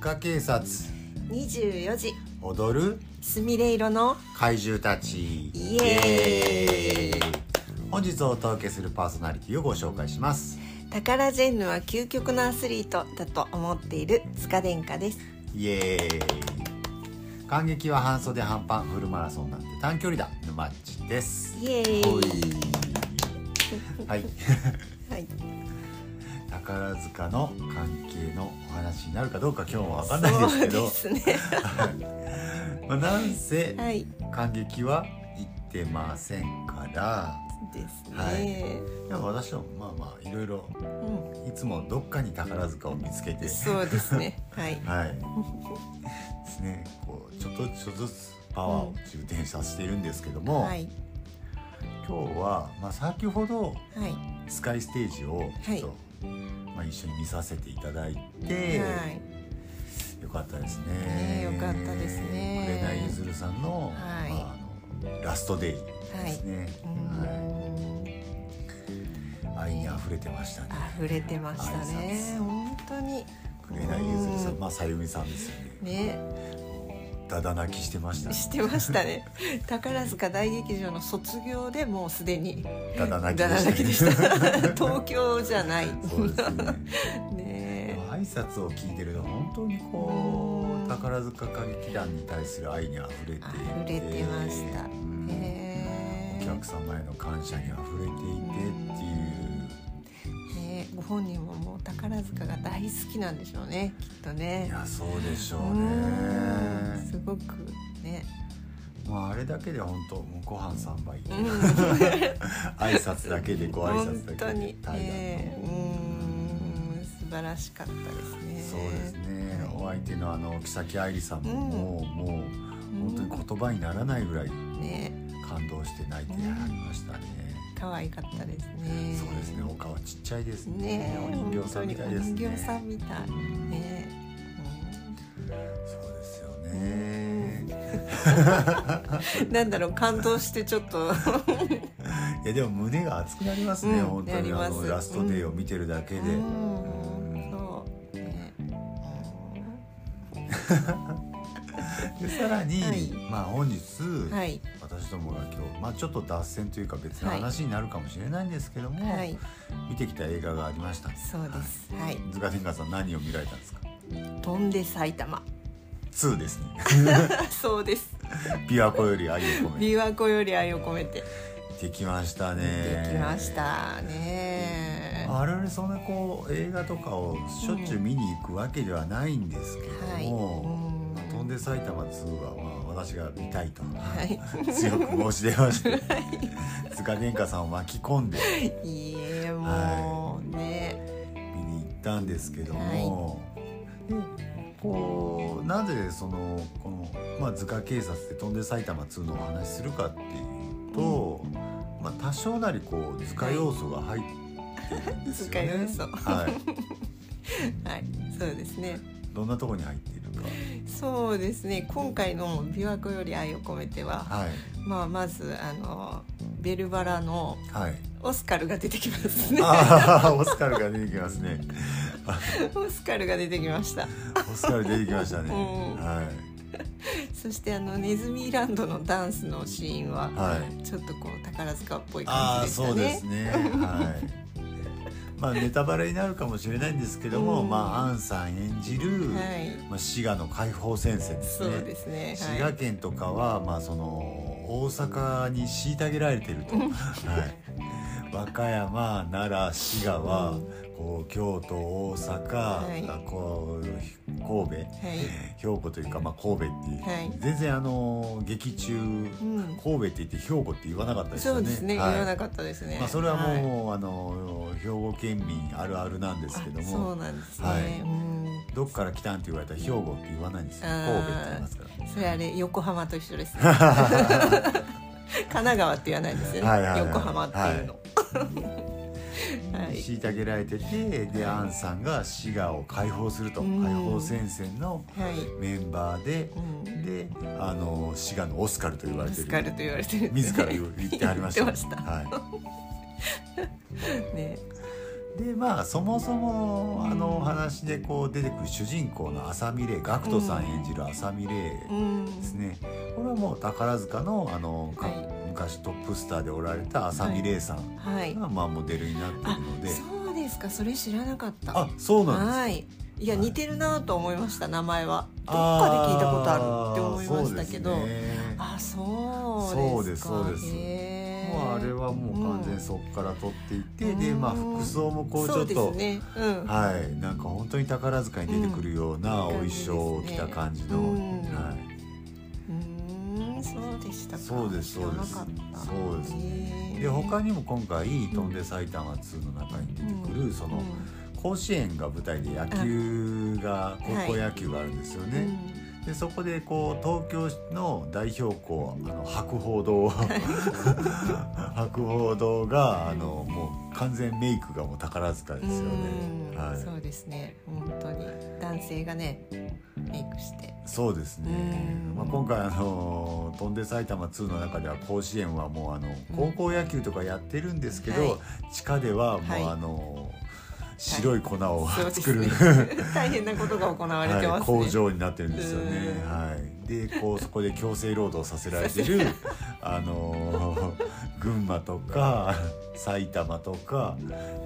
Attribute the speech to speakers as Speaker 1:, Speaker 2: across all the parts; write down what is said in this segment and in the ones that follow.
Speaker 1: 科警察
Speaker 2: 24時
Speaker 1: 踊る
Speaker 2: すみれ色の
Speaker 1: 怪獣たち
Speaker 2: イエーイ
Speaker 1: 本日お届けするパーソナリティをご紹介します
Speaker 2: タカラジェンヌは究極のアスリートだと思っている塚殿下です
Speaker 1: イエーイ感激は半袖半パンフルマラソンなんて短距離だ沼っちです
Speaker 2: イエーイ
Speaker 1: ほいはい
Speaker 2: はい、
Speaker 1: 宝塚の関係のお話になるかどうか今日もわかんないですけど
Speaker 2: そうですね
Speaker 1: まあ、なんせ
Speaker 2: はい
Speaker 1: 感激は行ってませんから
Speaker 2: です
Speaker 1: は
Speaker 2: ね、
Speaker 1: でも私もまあまあいろいろ
Speaker 2: う
Speaker 1: いつもどっかに宝塚を見つけて
Speaker 2: ん、そうですねはい
Speaker 1: はいですねこうちょっとちょっとずつパワーを充填させているんですけども、
Speaker 2: はい
Speaker 1: 今日は、まあ、先ほど
Speaker 2: はい
Speaker 1: スカイステージをちょっと、
Speaker 2: は
Speaker 1: まあ、一緒に見させていただい
Speaker 2: は
Speaker 1: て、
Speaker 2: い
Speaker 1: よかったですね
Speaker 2: ねよかったですね
Speaker 1: 紅ゆずるさんの,、
Speaker 2: はい
Speaker 1: まあ、あのラストデイ
Speaker 2: は
Speaker 1: で
Speaker 2: い
Speaker 1: すね、はい
Speaker 2: うん
Speaker 1: 愛に溢れてましたね
Speaker 2: 溢れてました
Speaker 1: 挨
Speaker 2: ね
Speaker 1: 拶
Speaker 2: 本当に
Speaker 1: 紅ゆずるさ
Speaker 2: うん
Speaker 1: まあさゆみさんですよね
Speaker 2: ね
Speaker 1: だだ泣きしてましたね
Speaker 2: してましたね 宝塚大劇場の卒業でもうすでに
Speaker 1: だだ泣き
Speaker 2: だらだけで
Speaker 1: で
Speaker 2: し
Speaker 1: した
Speaker 2: た
Speaker 1: ね
Speaker 2: 東京じゃない
Speaker 1: そうですねで
Speaker 2: ね
Speaker 1: も挨拶を聞いてると本当にこ
Speaker 2: うん
Speaker 1: う宝塚歌劇団に対する愛にあふれていて
Speaker 2: 溢れてました
Speaker 1: うん
Speaker 2: えね
Speaker 1: お客様への感謝にあふれていてっていう
Speaker 2: ねご本人ももう宝塚が大好きなんでしょうねきっと
Speaker 1: い
Speaker 2: ね
Speaker 1: やそうでしょう
Speaker 2: うん
Speaker 1: ね
Speaker 2: すごくね
Speaker 1: まああれだけで本当もうご飯三杯
Speaker 2: うん
Speaker 1: 挨拶だけでご挨拶
Speaker 2: 本
Speaker 1: だ
Speaker 2: 当
Speaker 1: けで
Speaker 2: に
Speaker 1: 大
Speaker 2: ね
Speaker 1: 変
Speaker 2: うん素晴らしかったです
Speaker 1: そう
Speaker 2: ね
Speaker 1: ですねお相手のあの木崎愛理さんも
Speaker 2: うん
Speaker 1: もうもう本当に言葉にならないぐらい
Speaker 2: ね
Speaker 1: 感動して泣いてやられましたね
Speaker 2: 可愛かったですね
Speaker 1: そうですねお顔ちっちゃいですね
Speaker 2: ね
Speaker 1: お人形さんみたいですね
Speaker 2: お人形さんみたいね
Speaker 1: そうですよね
Speaker 2: うんなんだろう感動してちょっと
Speaker 1: いやでも胸が熱くなりますね、
Speaker 2: うん
Speaker 1: 本当
Speaker 2: な
Speaker 1: に
Speaker 2: り
Speaker 1: あ
Speaker 2: ます
Speaker 1: のラストデーを見てるだけで、
Speaker 2: うんそうね
Speaker 1: でさらに、
Speaker 2: はい
Speaker 1: まあ本日、
Speaker 2: はい
Speaker 1: 私どもが今日、まあ、ちょっと脱線というか別の話になるかもしれないんですけども、
Speaker 2: はい
Speaker 1: 見てきた映画がありました
Speaker 2: そうですはい
Speaker 1: ズカテンガさん何を見られたんですか
Speaker 2: 飛んで埼玉
Speaker 1: 2ですね
Speaker 2: そうです
Speaker 1: 琵琶湖より愛を込め
Speaker 2: 琵琶湖より愛を込めて
Speaker 1: てできましたね
Speaker 2: できましたね
Speaker 1: 我々そんなこう映画とかをしょっちゅう見に行くわけではないんですけ
Speaker 2: はい
Speaker 1: ども「
Speaker 2: うん
Speaker 1: まあ飛んで埼玉2」はまあ私が見たいと、
Speaker 2: い
Speaker 1: 強く申し出まして塚殿下さんを巻き込んで
Speaker 2: いいえもうね
Speaker 1: 見に行ったんですけども、でこうなぜそのこの、まあ、図鑑警察で「飛んで埼玉2」のお話しするかっていうと、まあ、多少なりこう図鑑要素が入ってるんですよね。
Speaker 2: はい図鑑要素
Speaker 1: はい、
Speaker 2: はいそうですね
Speaker 1: どんなとこに入っているか。
Speaker 2: そうですね今回の「琵琶湖より愛を込めては」
Speaker 1: はい
Speaker 2: まあ、まずあのベルバラの
Speaker 1: はい。
Speaker 2: オスカルが出てきます ね
Speaker 1: ああ、オスカルが出てきますね。
Speaker 2: オスカルが出てきました
Speaker 1: オスカル出てきましたね。
Speaker 2: うん
Speaker 1: は。
Speaker 2: そしてあのネズミランドのダンスのシーンはい
Speaker 1: はい。
Speaker 2: ちょっとこう宝塚っぽい
Speaker 1: ああ、
Speaker 2: 感じでしたね
Speaker 1: そうですね。はい。 まあ、ネタバレになるかもしれないんですけども、
Speaker 2: うん
Speaker 1: まあ、アンさん演じる。
Speaker 2: はい
Speaker 1: まあ、滋賀の解放戦線です
Speaker 2: そう
Speaker 1: ね。
Speaker 2: ですね
Speaker 1: 滋
Speaker 2: は
Speaker 1: 賀
Speaker 2: い
Speaker 1: 県とかは、まあ、その。大阪に虐げられてると。はい。和歌山、奈良、滋賀は。こう、京都、大阪、
Speaker 2: はい
Speaker 1: あこう、神戸。
Speaker 2: はい、
Speaker 1: 兵庫というか、まあ、神戸っていう、
Speaker 2: はい
Speaker 1: 全然あの劇中、
Speaker 2: ん
Speaker 1: 神戸って言って兵庫って言わなかったです
Speaker 2: そ
Speaker 1: よ
Speaker 2: う
Speaker 1: ね。
Speaker 2: ですね、
Speaker 1: はい
Speaker 2: 言わなかったですね、
Speaker 1: まあ、それはもう、あの兵庫県民あるあるなんで
Speaker 2: う
Speaker 1: すけど
Speaker 2: そう
Speaker 1: も
Speaker 2: なんですね、
Speaker 1: はい
Speaker 2: うん
Speaker 1: どっから来たんって言われたら兵庫って言わないんですよ
Speaker 2: あ
Speaker 1: 神戸
Speaker 2: ー
Speaker 1: って言いますか
Speaker 2: それあれ横浜と一 緒ですね神奈川って言わないですよね、
Speaker 1: はいはいはい
Speaker 2: 横浜っていうの
Speaker 1: ら、
Speaker 2: はい
Speaker 1: 虐げられててでアンさんが滋賀を解放すると、
Speaker 2: うん
Speaker 1: 解放戦線の
Speaker 2: はい、
Speaker 1: メンバーで、
Speaker 2: うん
Speaker 1: であの滋賀のオスカルと言われ
Speaker 2: オ
Speaker 1: て
Speaker 2: スカル
Speaker 1: る
Speaker 2: と言われてるんで
Speaker 1: 自
Speaker 2: す
Speaker 1: ら
Speaker 2: ね
Speaker 1: 言ってありました
Speaker 2: 言ってました
Speaker 1: はい
Speaker 2: ね
Speaker 1: でまあそもそもあのお話でこう出てくる主人公の浅見玲ガクトさん演じる浅見玲
Speaker 2: うん
Speaker 1: ですね、これはもう宝塚のあの、か
Speaker 2: はい
Speaker 1: 昔トップスターでおられた浅見玲さん
Speaker 2: はい
Speaker 1: が、まあ、モデルになってい
Speaker 2: あ
Speaker 1: るので、
Speaker 2: そうですかそれ知らなかった
Speaker 1: あそうなんです
Speaker 2: はいいや
Speaker 1: はい
Speaker 2: 似てるなと思いました名前はどっかで聞いたことあるって思いましたけど
Speaker 1: あーそうですね
Speaker 2: あそうですか
Speaker 1: そうですそうです
Speaker 2: へー
Speaker 1: もうあれはもう完全にそこから取っていて、でまあ
Speaker 2: うん
Speaker 1: 服装もこうち
Speaker 2: そ
Speaker 1: ょ
Speaker 2: う
Speaker 1: っ
Speaker 2: です
Speaker 1: と、
Speaker 2: ねうん
Speaker 1: はいなんか本当に宝塚に出てくるようなお
Speaker 2: うん
Speaker 1: 衣装を着た感じの、
Speaker 2: うん
Speaker 1: はい、
Speaker 2: うーんそうでしたか
Speaker 1: そうですそうです
Speaker 2: 知らなかった
Speaker 1: そうです
Speaker 2: へー
Speaker 1: で他にも今回「飛んで埼玉2」の中に出てくるその甲子園が舞台で野球が
Speaker 2: い
Speaker 1: 高校野球があるんですよ
Speaker 2: うん
Speaker 1: ね、でそこでこう東京の代表校あの白鳳 堂白鳳堂があのもう完全メイクがもう宝塚
Speaker 2: う
Speaker 1: で
Speaker 2: ん
Speaker 1: すよね
Speaker 2: うん
Speaker 1: はい
Speaker 2: そうですね本当に男性がねメイクして
Speaker 1: そうですね
Speaker 2: うん
Speaker 1: まあ今回あの「飛んで埼玉2」の中では甲子園はもうあの高校野球とかやってるんですけど、
Speaker 2: は
Speaker 1: 地下ではも
Speaker 2: はいう
Speaker 1: あの、白い粉を
Speaker 2: そうです
Speaker 1: 作る、
Speaker 2: ね 大変なことが行われて
Speaker 1: はい、
Speaker 2: ますね、
Speaker 1: 工場になってるんですよね
Speaker 2: う。ん
Speaker 1: はい、でこうそこで強制労働させられてる あのー群馬とか埼玉とか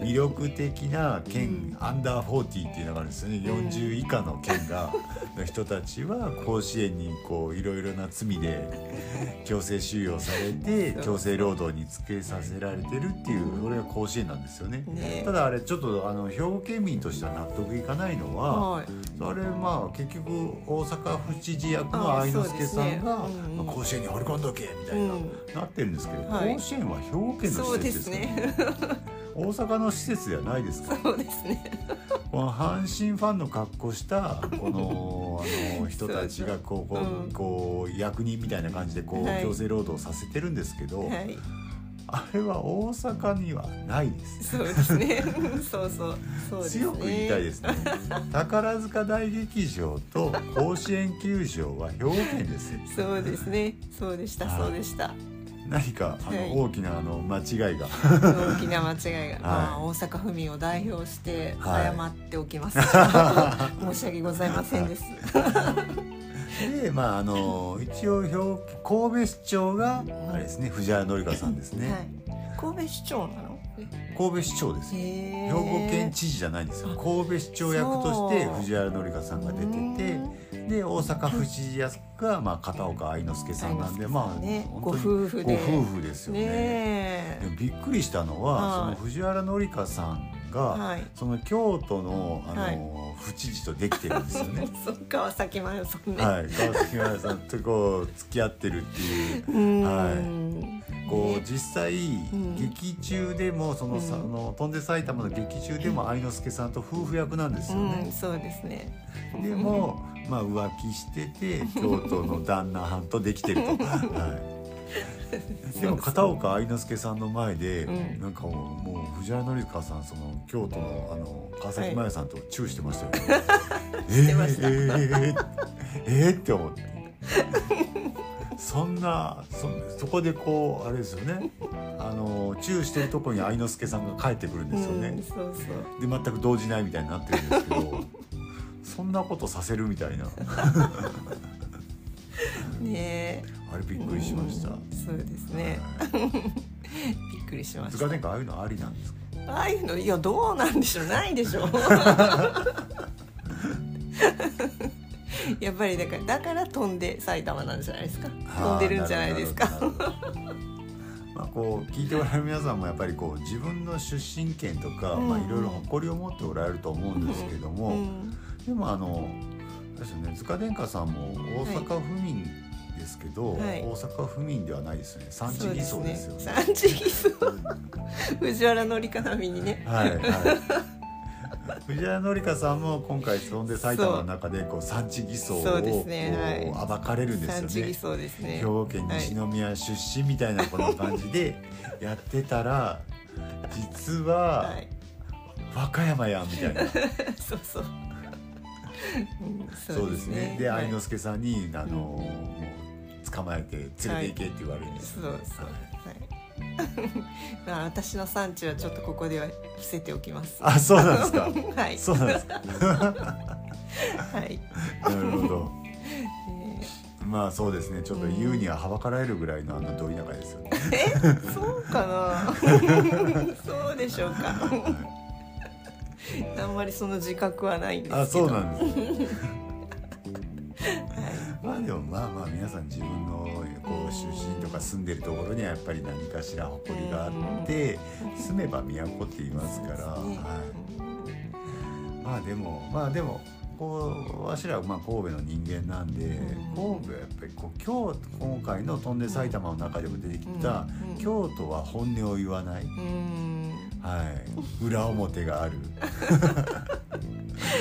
Speaker 1: 魅力的な県、アンダー40っていうのがあるんですよね
Speaker 2: うん
Speaker 1: 40以下の県が の人たちは甲子園にこういろいろな罪で強制収容されて
Speaker 2: そう
Speaker 1: 強制労働につけさせられてるっていうこれが甲子園なんですよね。
Speaker 2: ね
Speaker 1: ただあれちょっとあの兵庫県民としては納得いかないのは、
Speaker 2: はい
Speaker 1: それまあ結局大阪府知事役の
Speaker 2: ああ
Speaker 1: 愛之助さんが、
Speaker 2: そうですねうんうん
Speaker 1: まあ甲子園に放り込んどけみたいな、
Speaker 2: うん
Speaker 1: なってるんですけど、
Speaker 2: はい
Speaker 1: 甲子園は兵庫県の
Speaker 2: そ
Speaker 1: 施設
Speaker 2: うで
Speaker 1: ですす,、
Speaker 2: ね
Speaker 1: 大阪の施設ではないです から
Speaker 2: そうですね
Speaker 1: この阪神ファンの格好したこのあの人たちがこうこう,、
Speaker 2: うん
Speaker 1: こう役人みたいな感じでこう、
Speaker 2: はい
Speaker 1: 強制労働させてるんですけど、
Speaker 2: はい
Speaker 1: あれは大阪にはないです。
Speaker 2: そうですねそうそうそうですね
Speaker 1: 強く言いたいです ね宝塚大劇場と甲子園球場は表現ですよ
Speaker 2: そうですねそうでした
Speaker 1: はい
Speaker 2: そうでした
Speaker 1: 何かあの、
Speaker 2: はい
Speaker 1: 大きなあの間違いが
Speaker 2: 大きな間違いが、まあ、大阪府民を代表して
Speaker 1: はい
Speaker 2: 謝っておき ます、申し訳ございませんです
Speaker 1: でまああの一応表神戸市長が
Speaker 2: ん
Speaker 1: あれですね藤原紀香さんですね、
Speaker 2: はい、神戸市長なの
Speaker 1: 神戸市長ですよ
Speaker 2: 兵
Speaker 1: 兵庫県知事じゃないんですよ神戸市長役として
Speaker 2: そう
Speaker 1: 藤原紀香さんが出ててで大阪府知事役が、まあ、片岡愛之助さんなんで、まあ、
Speaker 2: ね
Speaker 1: 本
Speaker 2: ご
Speaker 1: 当に
Speaker 2: 夫婦で
Speaker 1: ご夫婦ですよ
Speaker 2: ね
Speaker 1: ねで
Speaker 2: え
Speaker 1: もびっくりしたの
Speaker 2: はい
Speaker 1: はその藤原紀香さんが、
Speaker 2: はい
Speaker 1: その京都のあの、
Speaker 2: はい
Speaker 1: 府知事とできてるんですよね。
Speaker 2: そっか川崎麻世さんね、
Speaker 1: はい、川崎村さんとこう付き合ってるって いう
Speaker 2: うーん
Speaker 1: こう
Speaker 2: ね
Speaker 1: 実際
Speaker 2: ん
Speaker 1: 劇中でもそのさ、
Speaker 2: うん
Speaker 1: あの飛んで埼玉の劇中でも愛之助さんと夫婦役なんですよ
Speaker 2: うん、
Speaker 1: ね。
Speaker 2: そうですね
Speaker 1: でもまあ浮気してて京都の旦那はんとできてると。はいでも片岡愛之助さんの前で、
Speaker 2: うん
Speaker 1: なんかもうもう藤原紀香さんその京都のあの川崎麻世さんとチューしてましたよ、ね
Speaker 2: てました
Speaker 1: えーえーえーって思ってそんなそそこでこうあれですよねあのチューしてるとこに愛之助さんが帰ってくるんですよ
Speaker 2: うん、
Speaker 1: ね、
Speaker 2: そうそう
Speaker 1: で全く動じないみたいになってるんですけどそんなことさせるみたいな
Speaker 2: ね
Speaker 1: あれびっくりしました、
Speaker 2: うんそうですね、びっくりしま
Speaker 1: はい、
Speaker 2: し
Speaker 1: 塚
Speaker 2: た
Speaker 1: 殿下ああいうのありなんですか
Speaker 2: ああいうのいやどうなんでしょうないでしょうやっぱりだからだから飛んで埼玉なんじゃないですか 飛んでるんじゃないですか
Speaker 1: あー。なるほどなるほどまあこう聞いておられる皆さんもやっぱりこう自分の出身県とか、
Speaker 2: うん
Speaker 1: まあいろいろ誇りを持っておられると思うんですけども、
Speaker 2: うん
Speaker 1: でもあのあれですよね塚殿下さんも大阪府民ですけど、
Speaker 2: はい
Speaker 1: 大阪府民ではないですよね産地偽装ですよね。
Speaker 2: そうですね産地偽装藤原紀香並みにね。
Speaker 1: はいは い。藤原紀香さんも今回飛んで埼玉の中でこう産地偽装を
Speaker 2: そうですね
Speaker 1: こう暴かれるんですよ
Speaker 2: 産
Speaker 1: ね。
Speaker 2: 地偽装ですね
Speaker 1: 兵。庫県西宮出身みたいなこの感じでやってたら実は
Speaker 2: はい。
Speaker 1: 和歌山やんみたいな、
Speaker 2: そうそう。うん
Speaker 1: そうですねで
Speaker 2: はい
Speaker 1: 愛之助さんにあの、もう捕まえて連れて行けって言われるんです
Speaker 2: そう
Speaker 1: よ
Speaker 2: そ
Speaker 1: ね
Speaker 2: う。はい
Speaker 1: は
Speaker 2: まあ 私の産地はちょっとここでは伏せておきます。
Speaker 1: あそうなんですか
Speaker 2: はい。
Speaker 1: そうなんですか
Speaker 2: はい。
Speaker 1: なるほど
Speaker 2: ね
Speaker 1: まあそうですねちょっと言うにははばかられるぐらいのあのど田舎ですよね、
Speaker 2: えそうかな。 そうでしょうか。
Speaker 1: は
Speaker 2: あんまりその自覚はないんで
Speaker 1: い、
Speaker 2: すけど。。
Speaker 1: あそうなんん ですねまあでもまあまあ皆さん自分のこう出身とか住んでるところにはやっぱり何かしら誇りがあって住めば都って言いますから、はい、まあでもまあでもこうわしらはまあ神戸の人間なんで、
Speaker 2: うん
Speaker 1: 神戸はやっぱりこう今日今回の「飛んで埼玉」の中でも出てきた、
Speaker 2: うん
Speaker 1: 京都は本音を言わない、
Speaker 2: うん。
Speaker 1: はい、裏表があ る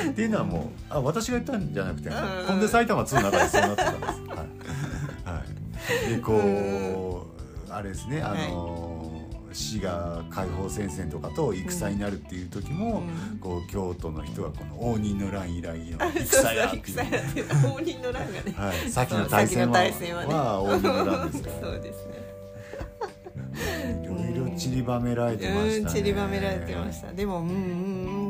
Speaker 1: っていうのはもうあ私が言ったんじゃなくて「
Speaker 2: うん
Speaker 1: 飛んで埼玉2」の中でそうなってたんです。はいはい、でこう、あれですねあの、滋賀解放戦線とかと戦になるっていう時も、
Speaker 2: うん
Speaker 1: こう京都の人はこの応仁の乱以来の
Speaker 2: そうそ
Speaker 1: 戦
Speaker 2: う
Speaker 1: やってい
Speaker 2: 戦
Speaker 1: う
Speaker 2: やっていう放任の乱がね。
Speaker 1: はい、さっきの対戦は
Speaker 2: さっ きの対戦はね
Speaker 1: は応仁の乱ですか
Speaker 2: そうですね。
Speaker 1: らいろいろ散りばめられてました
Speaker 2: うん
Speaker 1: ね
Speaker 2: 散りばめられてましたでもうんうんう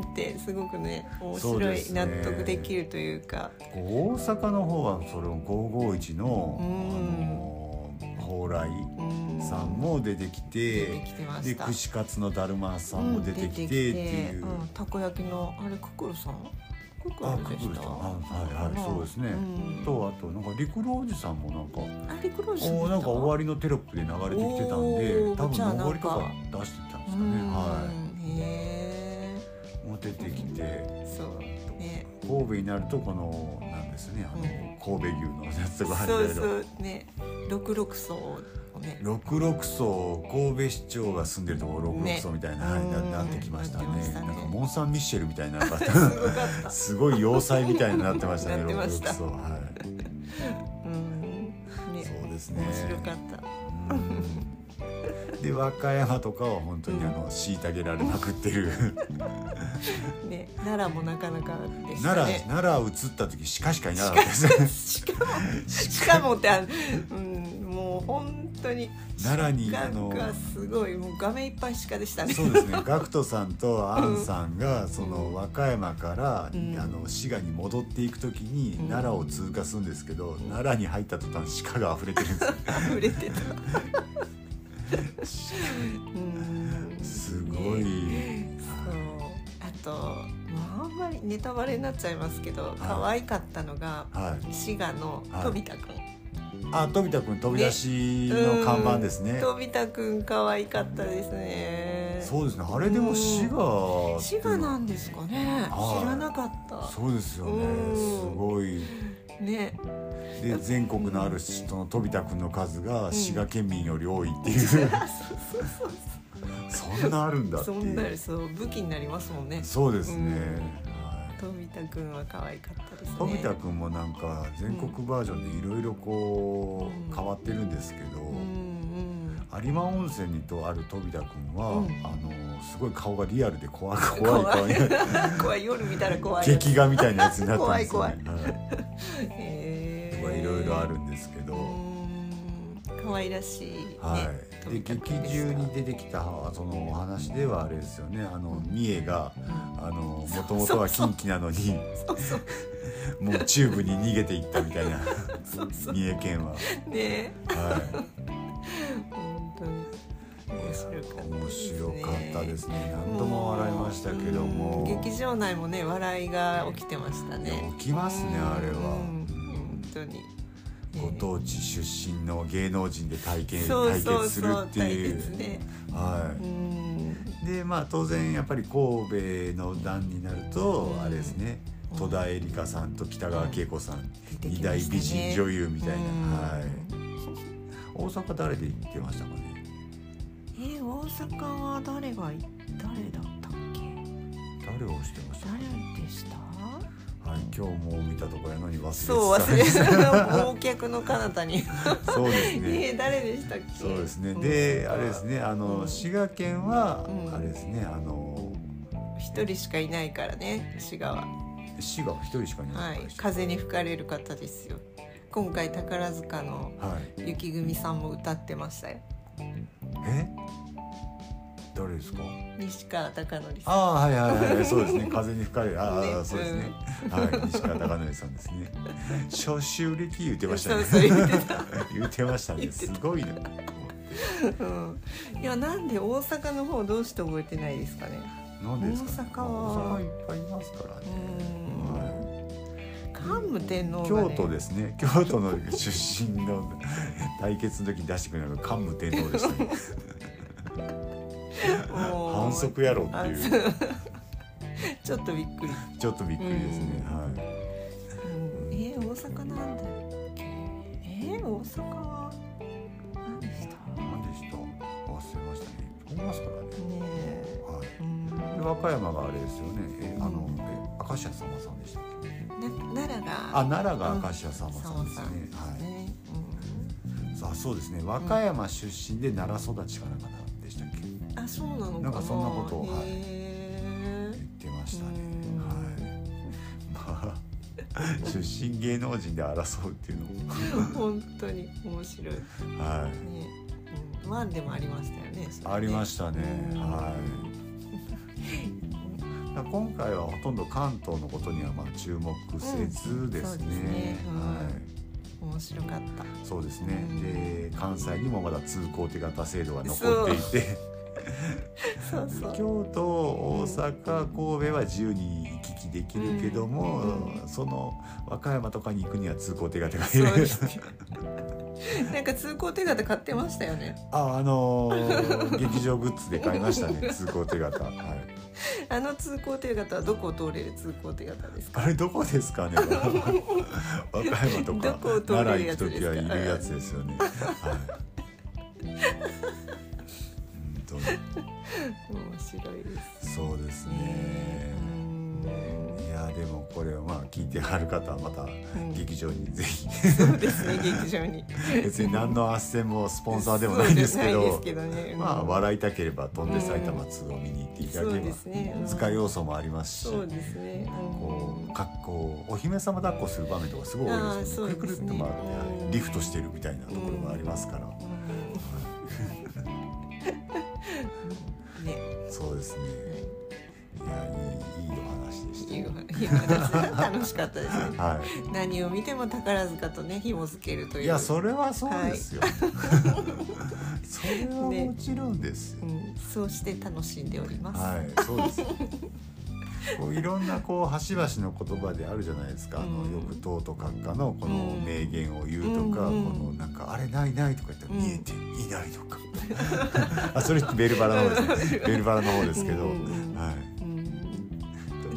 Speaker 2: んってすごくね面
Speaker 1: そう
Speaker 2: 白
Speaker 1: で
Speaker 2: い
Speaker 1: すね
Speaker 2: 納得できるというか
Speaker 1: こう大阪の方はそれを551の、
Speaker 2: うん
Speaker 1: あの蓬莱
Speaker 2: うん
Speaker 1: さんも出てきて、
Speaker 2: 出てきてま
Speaker 1: で
Speaker 2: した
Speaker 1: 串カツのだるまさんも出てきてっていう、
Speaker 2: うんたこ焼きのあれククルさんクク
Speaker 1: あ
Speaker 2: ルで
Speaker 1: く
Speaker 2: し
Speaker 1: ぐる
Speaker 2: た
Speaker 1: さんはいはい、
Speaker 2: まあ
Speaker 1: そうですね、
Speaker 2: うん
Speaker 1: とあとなんか陸路おじさんもなんか
Speaker 2: あれクロさん
Speaker 1: おなんか終わ
Speaker 2: り
Speaker 1: りのテロップで流れてきてたん
Speaker 2: お
Speaker 1: で
Speaker 2: ー
Speaker 1: 多分
Speaker 2: じゃあなんか
Speaker 1: 上りとか出してきたんですかねは
Speaker 2: へ
Speaker 1: いもう出てきて
Speaker 2: えそうね
Speaker 1: 神戸になるとこのなんですねあの、神戸牛のやつとか入
Speaker 2: そ
Speaker 1: っ
Speaker 2: う
Speaker 1: てる
Speaker 2: そうね六六層を ね
Speaker 1: 六六層神戸市長が住んでるところ六六層みたいな、はい
Speaker 2: ね
Speaker 1: な
Speaker 2: うん
Speaker 1: なってきましたね
Speaker 2: なってましたね
Speaker 1: なんかモン・サン・ミッシェルみたいな
Speaker 2: すごかった
Speaker 1: すごい要塞みたいになってましたね
Speaker 2: なって
Speaker 1: 六
Speaker 2: ま
Speaker 1: 六
Speaker 2: した
Speaker 1: 層はい
Speaker 2: うんね
Speaker 1: そうですね
Speaker 2: 面白かった
Speaker 1: うんで和歌山とかは本当にあの虐げられまくってる
Speaker 2: ね奈良もなかなかでした
Speaker 1: 奈
Speaker 2: ね
Speaker 1: 良奈良移った時鹿しかいなかったです
Speaker 2: しかもしかもってあの、うん、もう本当に
Speaker 1: 奈良にあ
Speaker 2: な
Speaker 1: の
Speaker 2: んかすごいもう画面いっぱいしかでしたね
Speaker 1: そうです ねガクトさんとアンさんがその和歌山から、
Speaker 2: うん
Speaker 1: あの滋賀に戻っていく時に
Speaker 2: うん
Speaker 1: 奈良を通過するんですけど、奈良に入った途端鹿が溢れてるん で
Speaker 2: 溢れてた
Speaker 1: す
Speaker 2: うん
Speaker 1: すごい、
Speaker 2: ねそうあと、まあ、あんまりネタバレになっちゃいますけど可愛かったのが
Speaker 1: はい、
Speaker 2: 滋賀の飛田くん、
Speaker 1: あ飛田君飛び出しの看板ですね
Speaker 2: 飛田くん可愛かったですね
Speaker 1: そうですねあれでも滋賀
Speaker 2: 滋賀なんですかね
Speaker 1: はい
Speaker 2: 知らなかった
Speaker 1: そうですよ
Speaker 2: うん
Speaker 1: ねすごい
Speaker 2: ね
Speaker 1: で全国のある人の飛田君の数が滋賀県民より多いっていう、 そんなあるんだって
Speaker 2: そ
Speaker 1: いうん
Speaker 2: なるそう武器になりますもんね
Speaker 1: そうですね。
Speaker 2: 富田くんは可愛かったですね
Speaker 1: 富田君もなんか全国バージョンでいろいろこ
Speaker 2: うん
Speaker 1: う変わってるんですけど、
Speaker 2: うん
Speaker 1: 有馬温泉にとある富田君は、
Speaker 2: うん
Speaker 1: あのすごい顔がリアルで 怖い
Speaker 2: うん
Speaker 1: 怖い顔に
Speaker 2: 怖い怖い夜見たら怖い
Speaker 1: 劇画みたいなやつになってますよ
Speaker 2: 怖い
Speaker 1: ね。はい
Speaker 2: へ
Speaker 1: とか
Speaker 2: ー
Speaker 1: いろいろあるんですけど。
Speaker 2: うん可愛らしいね
Speaker 1: はい、で
Speaker 2: 富田
Speaker 1: 劇
Speaker 2: くんです
Speaker 1: 中
Speaker 2: が
Speaker 1: に出てきたそのお話ではあれですよねあの三重がもともとは近畿なのに
Speaker 2: そうそう
Speaker 1: もう中部に逃げていったみたいな
Speaker 2: そうそう
Speaker 1: 三重県は。
Speaker 2: ね
Speaker 1: はい
Speaker 2: 本当に面白かった
Speaker 1: 面
Speaker 2: ですね
Speaker 1: 白かったですね何度も笑いましたけども
Speaker 2: うん劇場内もね笑いが起きてました
Speaker 1: いや
Speaker 2: ね
Speaker 1: 起きますねあれ
Speaker 2: う
Speaker 1: は
Speaker 2: ん本当に
Speaker 1: ご当地出身の芸能人で体験対決するっていう
Speaker 2: ね
Speaker 1: は
Speaker 2: うん
Speaker 1: いでまあ当然やっぱり神戸の段になると
Speaker 2: うん
Speaker 1: あれですね
Speaker 2: うん
Speaker 1: 戸田恵梨香さんと北川景子さん
Speaker 2: 出て
Speaker 1: 二
Speaker 2: きま
Speaker 1: 大
Speaker 2: したね
Speaker 1: 美人女優みたいな
Speaker 2: うん
Speaker 1: はい大阪誰で行ってましたかね
Speaker 2: えー大阪は誰がい誰だったっけ
Speaker 1: 誰をしてましたか
Speaker 2: 誰でした
Speaker 1: はい今日も見たとこやのに忘れてた
Speaker 2: そう忘 れた忘却の彼方に
Speaker 1: そうですね
Speaker 2: えー誰でしたっけ
Speaker 1: そうですね。で、あれですね、あの、
Speaker 2: うん
Speaker 1: 滋賀県は、
Speaker 2: うん
Speaker 1: あれですね、あの。
Speaker 2: 一人しかいないからね滋賀は
Speaker 1: 滋賀は一人しかいな
Speaker 2: はいい
Speaker 1: でした。
Speaker 2: 風に吹かれる方ですよ今回宝塚の
Speaker 1: はい。
Speaker 2: 雪組さんも歌ってましたよ
Speaker 1: え誰ですか
Speaker 2: 西川貴教さん
Speaker 1: ああはいはい はいそうですね風に吹かれるああ、
Speaker 2: ね
Speaker 1: そうですね、はい西川貴教さんですね初週力言ってましたね
Speaker 2: そうそう言ってた
Speaker 1: 言ってましたね
Speaker 2: 言って
Speaker 1: す
Speaker 2: た
Speaker 1: ごいな
Speaker 2: うんいやなんで大阪の方どうして覚えてないですかね
Speaker 1: なんですか、ね、
Speaker 2: 大阪は
Speaker 1: 大阪いっぱいいますからね
Speaker 2: う、ん
Speaker 1: はい
Speaker 2: 桓武天皇が、
Speaker 1: 京
Speaker 2: ね、
Speaker 1: 都ですね京都の出身の対決の時に出してくれるのが桓武天皇でしたね
Speaker 2: もう
Speaker 1: 反則やろっていう
Speaker 2: あそう ちょっとびっくり、
Speaker 1: ちょっとびっくりですね、
Speaker 2: うん
Speaker 1: はい
Speaker 2: うん、えー、大阪なんだっけえー、大阪は何でしたね
Speaker 1: 何でした忘れましたね飛びますからね、
Speaker 2: え
Speaker 1: はい
Speaker 2: うん
Speaker 1: で和歌山があれですよねえあの
Speaker 2: う
Speaker 1: え
Speaker 2: ん
Speaker 1: 明石家さんまさんでしたっけ
Speaker 2: な奈良が
Speaker 1: あ奈良が明石家さんまさんですね、
Speaker 2: うん
Speaker 1: はい
Speaker 2: ね
Speaker 1: さあそうですね和歌山出身で奈良育ちかなんかでしたっけ言
Speaker 2: うんあそうなのかな
Speaker 1: なんかそんなことをはい
Speaker 2: へー
Speaker 1: ってましたね
Speaker 2: うん
Speaker 1: はい まあ出身芸能人で争うっていうの
Speaker 2: 本当に面白いね、
Speaker 1: もは
Speaker 2: うん、ワンでもありましたよねそれ
Speaker 1: い
Speaker 2: ね
Speaker 1: ありましたね
Speaker 2: うん
Speaker 1: はいだから今回はほとんど関東のことにはまあ注目せずですね,、
Speaker 2: うんそうですねうん
Speaker 1: はい
Speaker 2: 面白かった
Speaker 1: そうですね、
Speaker 2: うん
Speaker 1: で関西にもまだ通行手形制度が残っていて
Speaker 2: そうそう
Speaker 1: 京都大阪神戸は自由に行き来できるけども、
Speaker 2: うんう
Speaker 1: その和歌山とかに行くには通行手形がい
Speaker 2: そう
Speaker 1: る
Speaker 2: ですねなんか通行手形買ってましたよね
Speaker 1: ああのー劇場グッズで買いました ね通行手形、はい、
Speaker 2: あの通行手形はどこを通れる通行手形ですか
Speaker 1: あれどこです かね和歌山と
Speaker 2: ど
Speaker 1: か
Speaker 2: こを通
Speaker 1: 奈良行
Speaker 2: れるやつ
Speaker 1: く時
Speaker 2: ですか
Speaker 1: はいるやつですよね、はい、本
Speaker 2: 面白いで
Speaker 1: 当そうです
Speaker 2: す
Speaker 1: ね
Speaker 2: ねうん
Speaker 1: いやでもこれをまあ聞いてはる方はまた
Speaker 2: ん
Speaker 1: 劇場にぜひ
Speaker 2: そうですね劇場に
Speaker 1: 別に何の斡旋もスポンサーでもないんですけ
Speaker 2: そう
Speaker 1: ど
Speaker 2: じゃないですけどね
Speaker 1: まあ
Speaker 2: うん
Speaker 1: 笑いたければ「飛んで埼玉2」を見に行っていただけ
Speaker 2: うんそう
Speaker 1: れ
Speaker 2: ですねうん
Speaker 1: ば使い要素もありますし
Speaker 2: そうですねうん
Speaker 1: こう格好お姫様抱っこする場面とかすごい多いですよ
Speaker 2: あー
Speaker 1: ね
Speaker 2: そう
Speaker 1: く
Speaker 2: で
Speaker 1: る
Speaker 2: す
Speaker 1: く
Speaker 2: ね
Speaker 1: るっと回っ
Speaker 2: うん
Speaker 1: てリフトしてるみたいなところもありますから
Speaker 2: うん ね
Speaker 1: そうですねいやいいいいお話で
Speaker 2: いい
Speaker 1: し
Speaker 2: おいいお話楽しかったですね
Speaker 1: たは
Speaker 2: 何を見ても宝塚とね紐付けるとい
Speaker 1: いうい
Speaker 2: い
Speaker 1: やそれはそうですよ それはもちろんですよ
Speaker 2: うん、そうして楽しんでおります、
Speaker 1: はい、そうです。こういろんなこう端々の言葉であるじゃないですか。あ
Speaker 2: う
Speaker 1: の
Speaker 2: ん
Speaker 1: 欲党と閣下のこの
Speaker 2: うん
Speaker 1: 名言を言うとか、
Speaker 2: うんうん
Speaker 1: このなんかあれないないとか言ったら
Speaker 2: うん
Speaker 1: 見えていないとか。あ、それベルバラの方ですね。ベルバラの方ですけど、
Speaker 2: うんうん
Speaker 1: は
Speaker 2: うん
Speaker 1: い、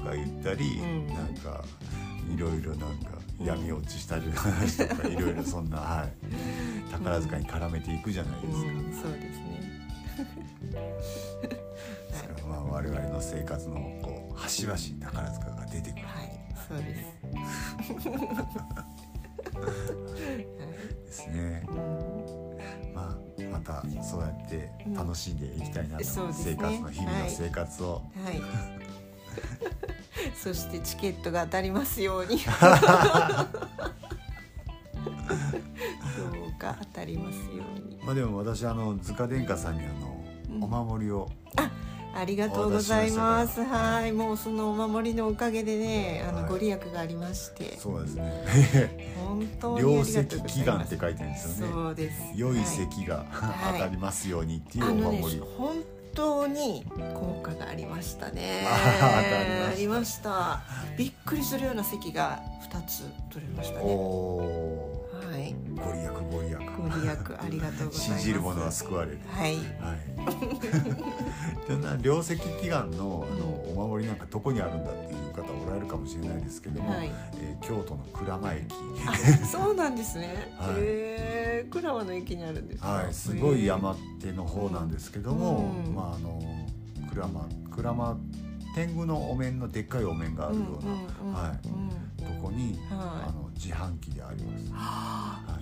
Speaker 1: とか言ったり、
Speaker 2: うん
Speaker 1: なんか。いろいろなんか闇落ちしたりの話とかいろいろそんな、はい、宝塚に絡めていくじゃないですか、
Speaker 2: うんそうですね
Speaker 1: それはまあ我々の生活のこう端々に宝塚が出てくる
Speaker 2: はいそうです
Speaker 1: んですね。
Speaker 2: は
Speaker 1: まあ、またそうやって楽しんでいきたいなと、
Speaker 2: うんそうですね
Speaker 1: 生活の日々
Speaker 2: は
Speaker 1: の
Speaker 2: い
Speaker 1: 生活を、
Speaker 2: い、 はい、そしてチケットが当たりますようにどうか当たりますように
Speaker 1: まあでも私あの塚殿下さんにあの、
Speaker 2: うん
Speaker 1: お守りを
Speaker 2: ありがとうございます
Speaker 1: お渡ししましたから
Speaker 2: はいもうそのお守りのおかげでねあの、
Speaker 1: はい
Speaker 2: ご利益がありまして
Speaker 1: そうです ね
Speaker 2: 本当に
Speaker 1: 良
Speaker 2: あり
Speaker 1: 石
Speaker 2: がとうござ
Speaker 1: 祈
Speaker 2: い
Speaker 1: 願
Speaker 2: ま
Speaker 1: って
Speaker 2: す
Speaker 1: 書いてるんですよね
Speaker 2: そうです
Speaker 1: 良い
Speaker 2: はい
Speaker 1: 石が
Speaker 2: はい
Speaker 1: 当たりますようにってい
Speaker 2: あ
Speaker 1: う
Speaker 2: の
Speaker 1: お
Speaker 2: ね
Speaker 1: 守り、
Speaker 2: 本当に効果がありましたね
Speaker 1: あー当たりました
Speaker 2: ありましたびっくりするような席が2つ取れました
Speaker 1: お
Speaker 2: ね
Speaker 1: お
Speaker 2: はい
Speaker 1: ーご利益ご利益
Speaker 2: ご利益ありがとうございます
Speaker 1: 信じる者は救われる
Speaker 2: はい
Speaker 1: はい そんな良石祈願のあのお守りなんかどこにあるんだっていう方おられるかもしれないですけども、
Speaker 2: はい
Speaker 1: えー京都の鞍馬駅
Speaker 2: あそうなんですね
Speaker 1: はい
Speaker 2: へえ倉和の駅にあるんですか
Speaker 1: はい、すごい山手の方なんですけども、
Speaker 2: うん
Speaker 1: まああの鞍馬鞍馬天狗のお面のでっかいお面があるような、
Speaker 2: んんん
Speaker 1: はい
Speaker 2: うん
Speaker 1: とこに、
Speaker 2: はい
Speaker 1: あの自販機であります。は、
Speaker 2: は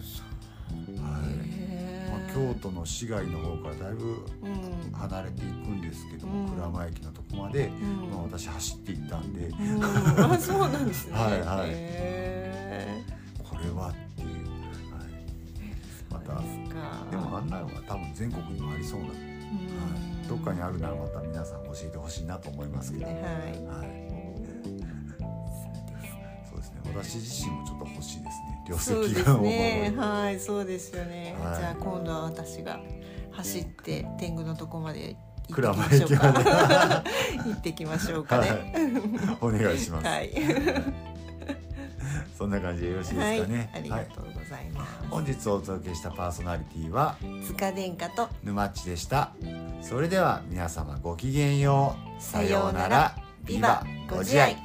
Speaker 2: い
Speaker 1: はい
Speaker 2: へえ
Speaker 1: まあ、京都の市街の方からだいぶ
Speaker 2: うん
Speaker 1: 離れていくんですけど
Speaker 2: う
Speaker 1: も、
Speaker 2: ん
Speaker 1: 鞍馬駅のとこまで、
Speaker 2: うん
Speaker 1: まあ、私走っていったんで、
Speaker 2: うんあそうなんですね
Speaker 1: はいはい
Speaker 2: へえ
Speaker 1: これはっていう、はい、また
Speaker 2: そうですか
Speaker 1: でもあんなのが多分全国にもありそうな、はい、どっかにあるならまた皆さん教えてほしいなと思いますけど、
Speaker 2: は
Speaker 1: はいい、そうですね私自身もちょっと欲しいですね
Speaker 2: そう
Speaker 1: 両
Speaker 2: で
Speaker 1: 席
Speaker 2: す
Speaker 1: が。
Speaker 2: ねはい、そうですよね。
Speaker 1: はい
Speaker 2: じゃあ今度は私が走って天狗のとこまで行
Speaker 1: 蔵
Speaker 2: ってきま
Speaker 1: 間駅
Speaker 2: しょう
Speaker 1: まで
Speaker 2: か。 行ってきましょうかね。
Speaker 1: お願いします、
Speaker 2: はい。
Speaker 1: そんな感じでよろしい
Speaker 2: は
Speaker 1: で
Speaker 2: い
Speaker 1: すかね、
Speaker 2: ありがとうございます。
Speaker 1: 本日お届けしたパーソナリティは
Speaker 2: 塚殿下と
Speaker 1: 沼っちでしたそれでは皆様ごきげんようさようなら
Speaker 2: ビバご自愛。